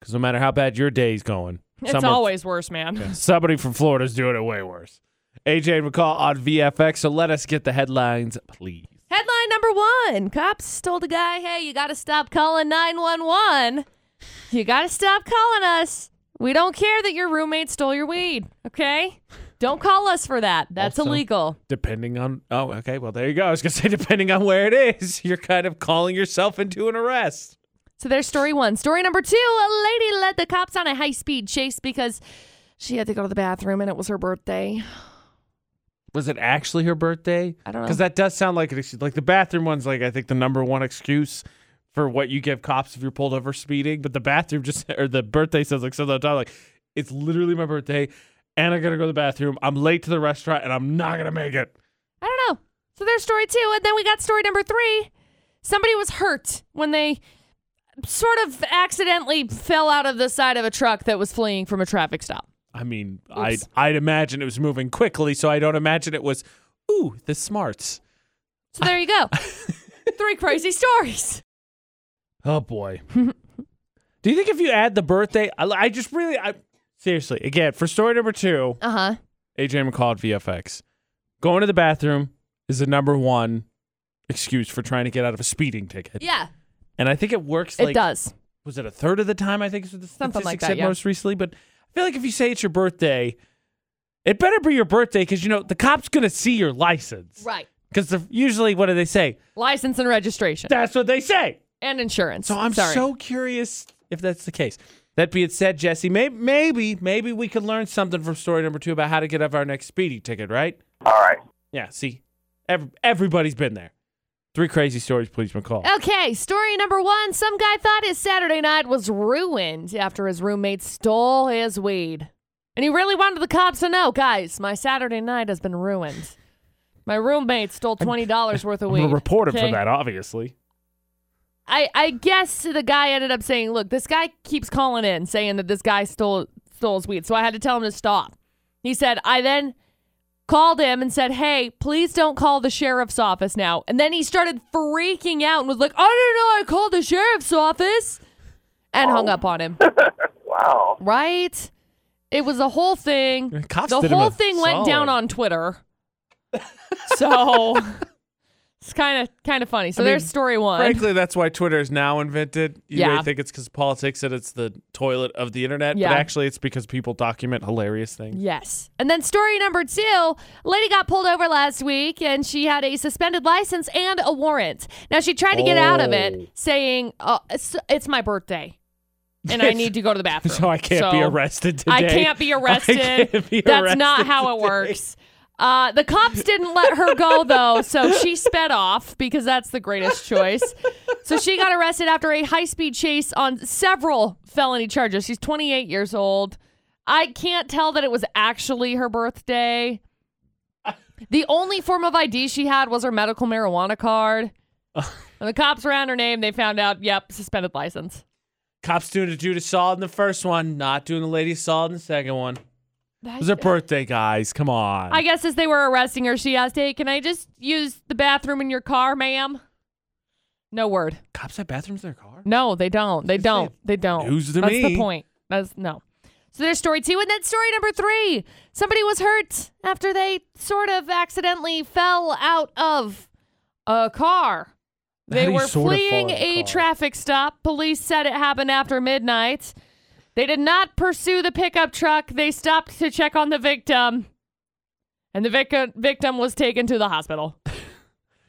Because no matter how bad your day's going, It's someone- always worse, man. somebody from Florida's doing it way worse. AJ and McCall on VFX. So let us get the headlines, please. Headline number one Cops told a guy, hey, you got to stop calling 911. You got to stop calling us. We don't care that your roommate stole your weed, okay? Don't call us for that. That's Also- illegal. Depending on oh okay well there you go I was gonna say depending on where it is you're kind of calling yourself into an arrest. So there's story one. Story number two a lady led the cops on a high speed chase because she had to go to the bathroom and it was her birthday. Was it actually her birthday? I don't know. Because that does sound like an excuse. Like the bathroom one's like I think the number one excuse for what you give cops if you're pulled over speeding. But the bathroom just or the birthday says like something on top like it's literally my birthday and I gotta go to the bathroom. I'm late to the restaurant and I'm not gonna make it. I don't know. So there's story two, and then we got story number three. Somebody was hurt when they sort of accidentally fell out of the side of a truck that was fleeing from a traffic stop. I mean, I'd Oops. I'd imagine it was moving quickly, so I don't imagine it was ooh the smarts. So there you go. Three crazy stories. Oh boy. Do you think if you add the birthday, I, I just really, I seriously, again for story number two, Uh huh. AJ McCall at VFX, going to the bathroom is the number one excuse for trying to get out of a speeding ticket, Yeah, and I think it works. it like, does. Was it a third of the time? I think is what the Something statistic like that, said yeah. most recently, but I feel like if you say it's your birthday, it better be your birthday because you know the cop's gonna see your license. Right. Because usually, what do they say? License and registration That's what they say. and insurance. So I'm Sorry. so curious if that's the case. That being said, Jesse, may- maybe maybe we can learn something from story number two about how to get out of our next speedy ticket, right? All right. Yeah. See, Ev- everybody's been there. Three crazy stories, please, McCall. Okay, story number one. Some guy thought his Saturday night was ruined after his roommate stole his weed. And he really wanted the cops to know, guys, my Saturday night has been ruined. My roommate stole twenty dollars worth of weed. okay? obviously. I, I guess the guy ended up saying, Look, this guy keeps calling in saying that this guy stole stole his weed, so I had to tell him to stop. He said, I then called him and said, Hey, please don't call the sheriff's office now. And then he started freaking out and was like, I didn't know I called the sheriff's office and hung up on him. Wow. Right? It was a whole thing. Cops The did him a whole thing went down solid. on Twitter. So it's kinda kinda funny. I So mean, there's story one. Frankly, that's why Twitter is now invented. You may Um, Yeah. think it's because politics and it's the toilet of the internet, Yeah. but actually, it's because people document hilarious things. Yes. And then story number two a lady got pulled over last week and she had a suspended license and a warrant. Now she tried to get out of Oh. it saying, uh, it's, it's my birthday and I need to go to the bathroom. So I can't be So arrested today. I can't be arrested. can't be That's not arrested how it today. works. Uh, the cops didn't let her go though, so she sped off because that's the greatest choice. So she got arrested after a high-speed chase on several felony charges. She's 28 years old. I can't tell that it was actually her birthday. The only form of ID she had was her medical marijuana card. When the cops ran her name, they found out, yep, suspended license. Cops doing a dude a solid in the first one, not doing the lady a solid in the second one. It was her birthday, guys. Come on. I guess as they were arresting her, she asked, Hey, can I just use the bathroom in your car, ma'am? No word. Cops have bathrooms in their car? No, they don't. They don't. They don't. news to That's me. the point. That's no. So there's story two, and then story number three. Somebody was hurt after they sort of accidentally fell out of a car. How They do you were sort of fall fleeing out of a a car? traffic stop. Police said it happened after midnight. They did not pursue the pickup truck. They stopped to check on the victim, and the vic- victim was taken to the hospital.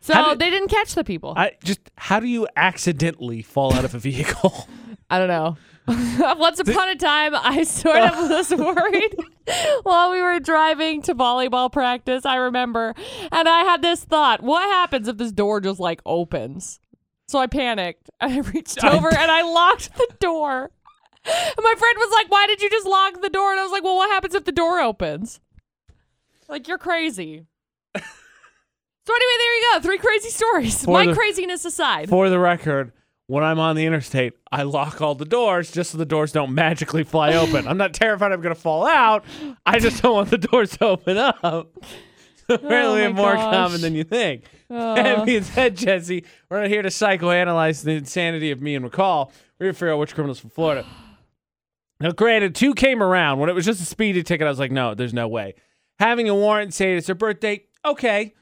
So How did- they didn't catch the people. I just how do you accidentally fall out of a vehicle? I don't know. Once upon a time, I sort of was worried while we were driving to volleyball practice. I remember. And I had this thought what happens if this door just like opens? So I panicked. I reached over and I locked the door. And my friend was like, Why did you just lock the door? And I was like, Well, what happens if the door opens? Like, you're crazy. so, anyway, there you go. Three crazy stories. For my the- craziness aside. For the record, when I'm on the interstate, I lock all the doors just so the doors don't magically fly open. I'm not terrified I'm gonna fall out. I just don't want the doors to open up. Apparently, Oh my it's more gosh. Oh. common than you think. That being said, Jesse, we're not here to psychoanalyze the insanity of me and McCall. We're here to figure out which criminals from Florida Now, granted, two came around when it was just a speeding ticket. I was like, no, there's no way. Having a warrant saying it's her birthday, okay,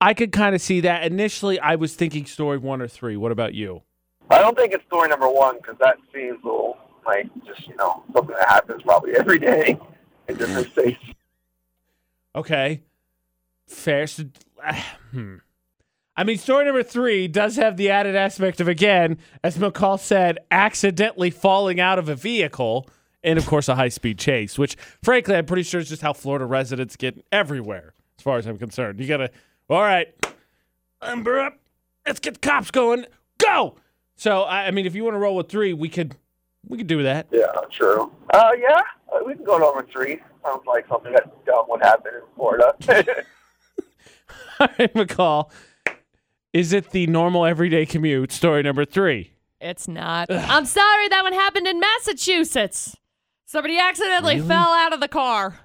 I could kind of see that. Initially, I was thinking story one or three. What about you? I don't think it's story number one because that seems a little like just you know something that happens probably every day in different states. Okay, fair. So, hmm. I mean, story number three does have the added aspect of again, as McCall said, accidentally falling out of a vehicle. And of course, a high speed chase, which frankly, I'm pretty sure is just how Florida residents get everywhere, as far as I'm concerned. You gotta, all right, Ember up. Let's get the cops going. Go. So I, I mean, if you want to roll with three, we could we could do that. Yeah, true. Uh, yeah, uh, we can go number three. Sounds like something that dumb would happen in Florida. All right, McCall. Is it the normal everyday commute? Story number three. It's not. I'm sorry that one happened in Massachusetts. Somebody accidentally Really? fell out of the car.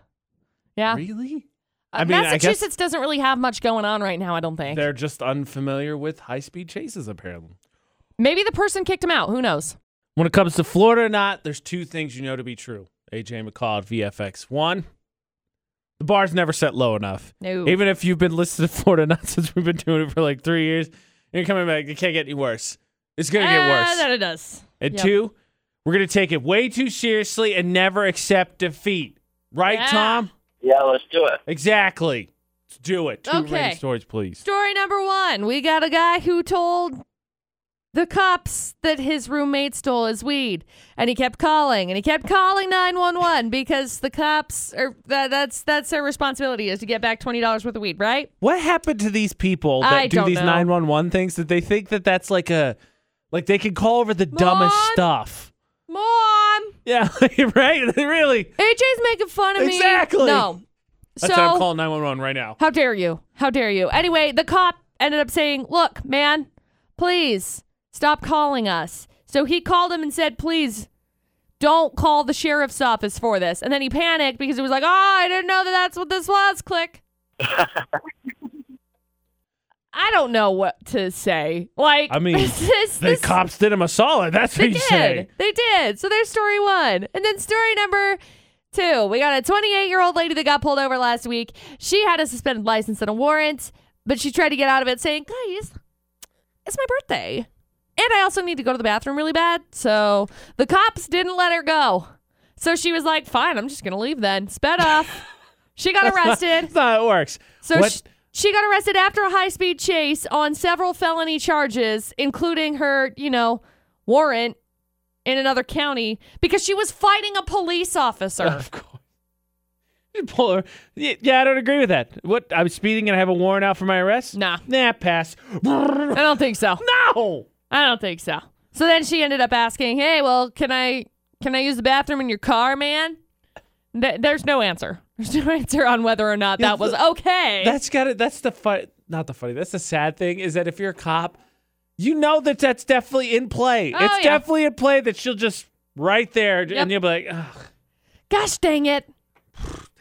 Yeah. Really? Uh, I mean, I guess- Massachusetts doesn't really have much going on right now, I don't think. They're just unfamiliar with high speed chases, apparently. Maybe the person kicked him out. Who knows? When it comes to Florida or not, there's two things you know to be true. AJ McCall at VFX. One, the bar's never set low enough. No. Even if you've been listed to Florida or not since we've been doing it for like three years, you're coming back. It can't get any worse. It's going to get Ah, worse. That it does. And Yep. two, we're going to take it way too seriously and never accept defeat. Right, Yeah. Tom? yeah, let's do it. Exactly. Let's do it. Two Okay. rating stories, please. Story number one we got a guy who told the cops that his roommate stole his weed. And he kept calling and he kept calling 911 because the cops are that, that's that's their responsibility is to get back $20 worth of weed, right? What happened to these people that I do don't these know. 911 things that they think that that's like a like they can call over the dumbest Mom? stuff. Mom, Yeah, right? They really. AJ's making fun of me. Exactly. No. That's so how I'm calling 911 right now. How dare you? How dare you? Anyway, the cop ended up saying, Look, man, please stop calling us. So he called him and said, Please don't call the sheriff's office for this. And then he panicked because he was like, Oh, I didn't know that that's what this was. Click. I don't know what to say. Like, I mean, this, this, The cops did him a solid. That's they what you did. say. They did. So there's story one. And then story number two. We got a 28 year old lady that got pulled over last week. She had a suspended license and a warrant, but she tried to get out of it saying, guys, it's my birthday. And I also need to go to the bathroom really bad. So the cops didn't let her go. So she was like, fine, I'm just going to leave then. Sped off. she got arrested. That's not how it works. So What- sh she got arrested after a high speed chase on several felony charges, including her, you know, warrant in another county because she was fighting a police officer. Of course. You pull her. Y- Yeah, I don't agree with that. What? I'm speeding and I have a warrant out for my arrest? Nah. Nah, pass. I don't think so. no! I don't think so. So then she ended up asking, "Hey, well, can I can I use the bathroom in your car, man?" Th- there's no answer. There's no answer on whether or not Yeah, that was th- okay. That's got it. That's the fun. Not the funny. That's the sad thing is that if you're a cop, you know that that's definitely in play. Oh, it's yeah. definitely in play that she'll just right there, Yep. and you'll be like, "Ugh, Gosh dang it.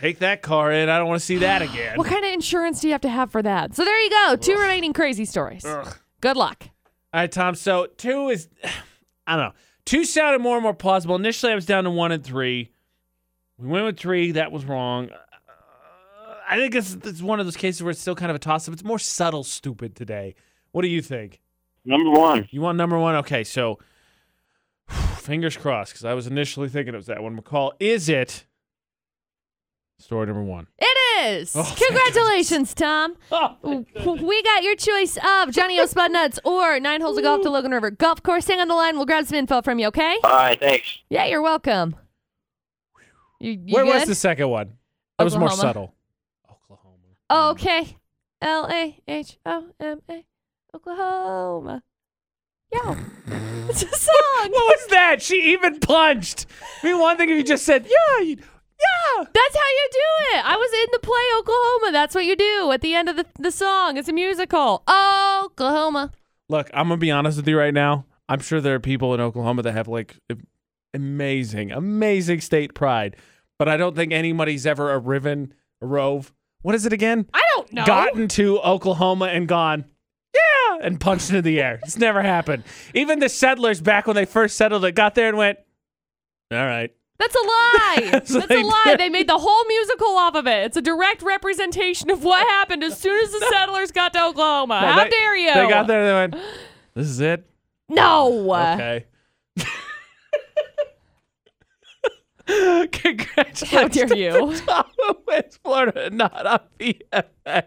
take that car in. I don't want to see that again. What kind of insurance do you have to have for that? So there you go. Two remaining crazy stories. Ugh. Good luck. All right, Tom. So two is, I don't know. Two sounded more and more plausible. Initially, I was down to one and three. We went with three. That was wrong. Uh, I think this, this is one of those cases where it's still kind of a toss up. It's more subtle, stupid today. What do you think? Number one. You want number one? Okay, so fingers crossed because I was initially thinking it was that one. McCall, is it story number one? It is. Oh, thank Congratulations, Tom. Oh, We got your choice of Johnny O. Spud Nuts or Nine Holes of Golf to Logan River Golf Course. Hang on the line. We'll grab some info from you, okay? All right, thanks. Yeah, you're welcome. You, you where good? was the second one? That was more Oklahoma. subtle. Oklahoma. Oh, okay. L A H O M A, Oklahoma. Yo, it's a What song. was that? She even punched. I mean, one thing if you just said, yeah, you, yeah. That's how you do it. I was in the play Oklahoma. That's what you do at the end of the, the song. It's a musical. Oklahoma. Look, I'm gonna be honest with you right now. I'm sure there are people in Oklahoma that have like am- amazing, amazing state pride, but I don't think anybody's ever a riven, a rove. What is it again? I don't know. gotten to Oklahoma and gone, yeah, and punched into the air. It's never happened. Even the settlers back when they first settled it got there and went, all right. That's a lie. That's what a they lie. did. They made the whole musical off of it. It's a direct representation of what happened as soon as the settlers got to Oklahoma. No, How they- dare you? They got there. They went. This is it. No. Okay. Congratulations. How dare you? Tom of West Florida, not on VFX.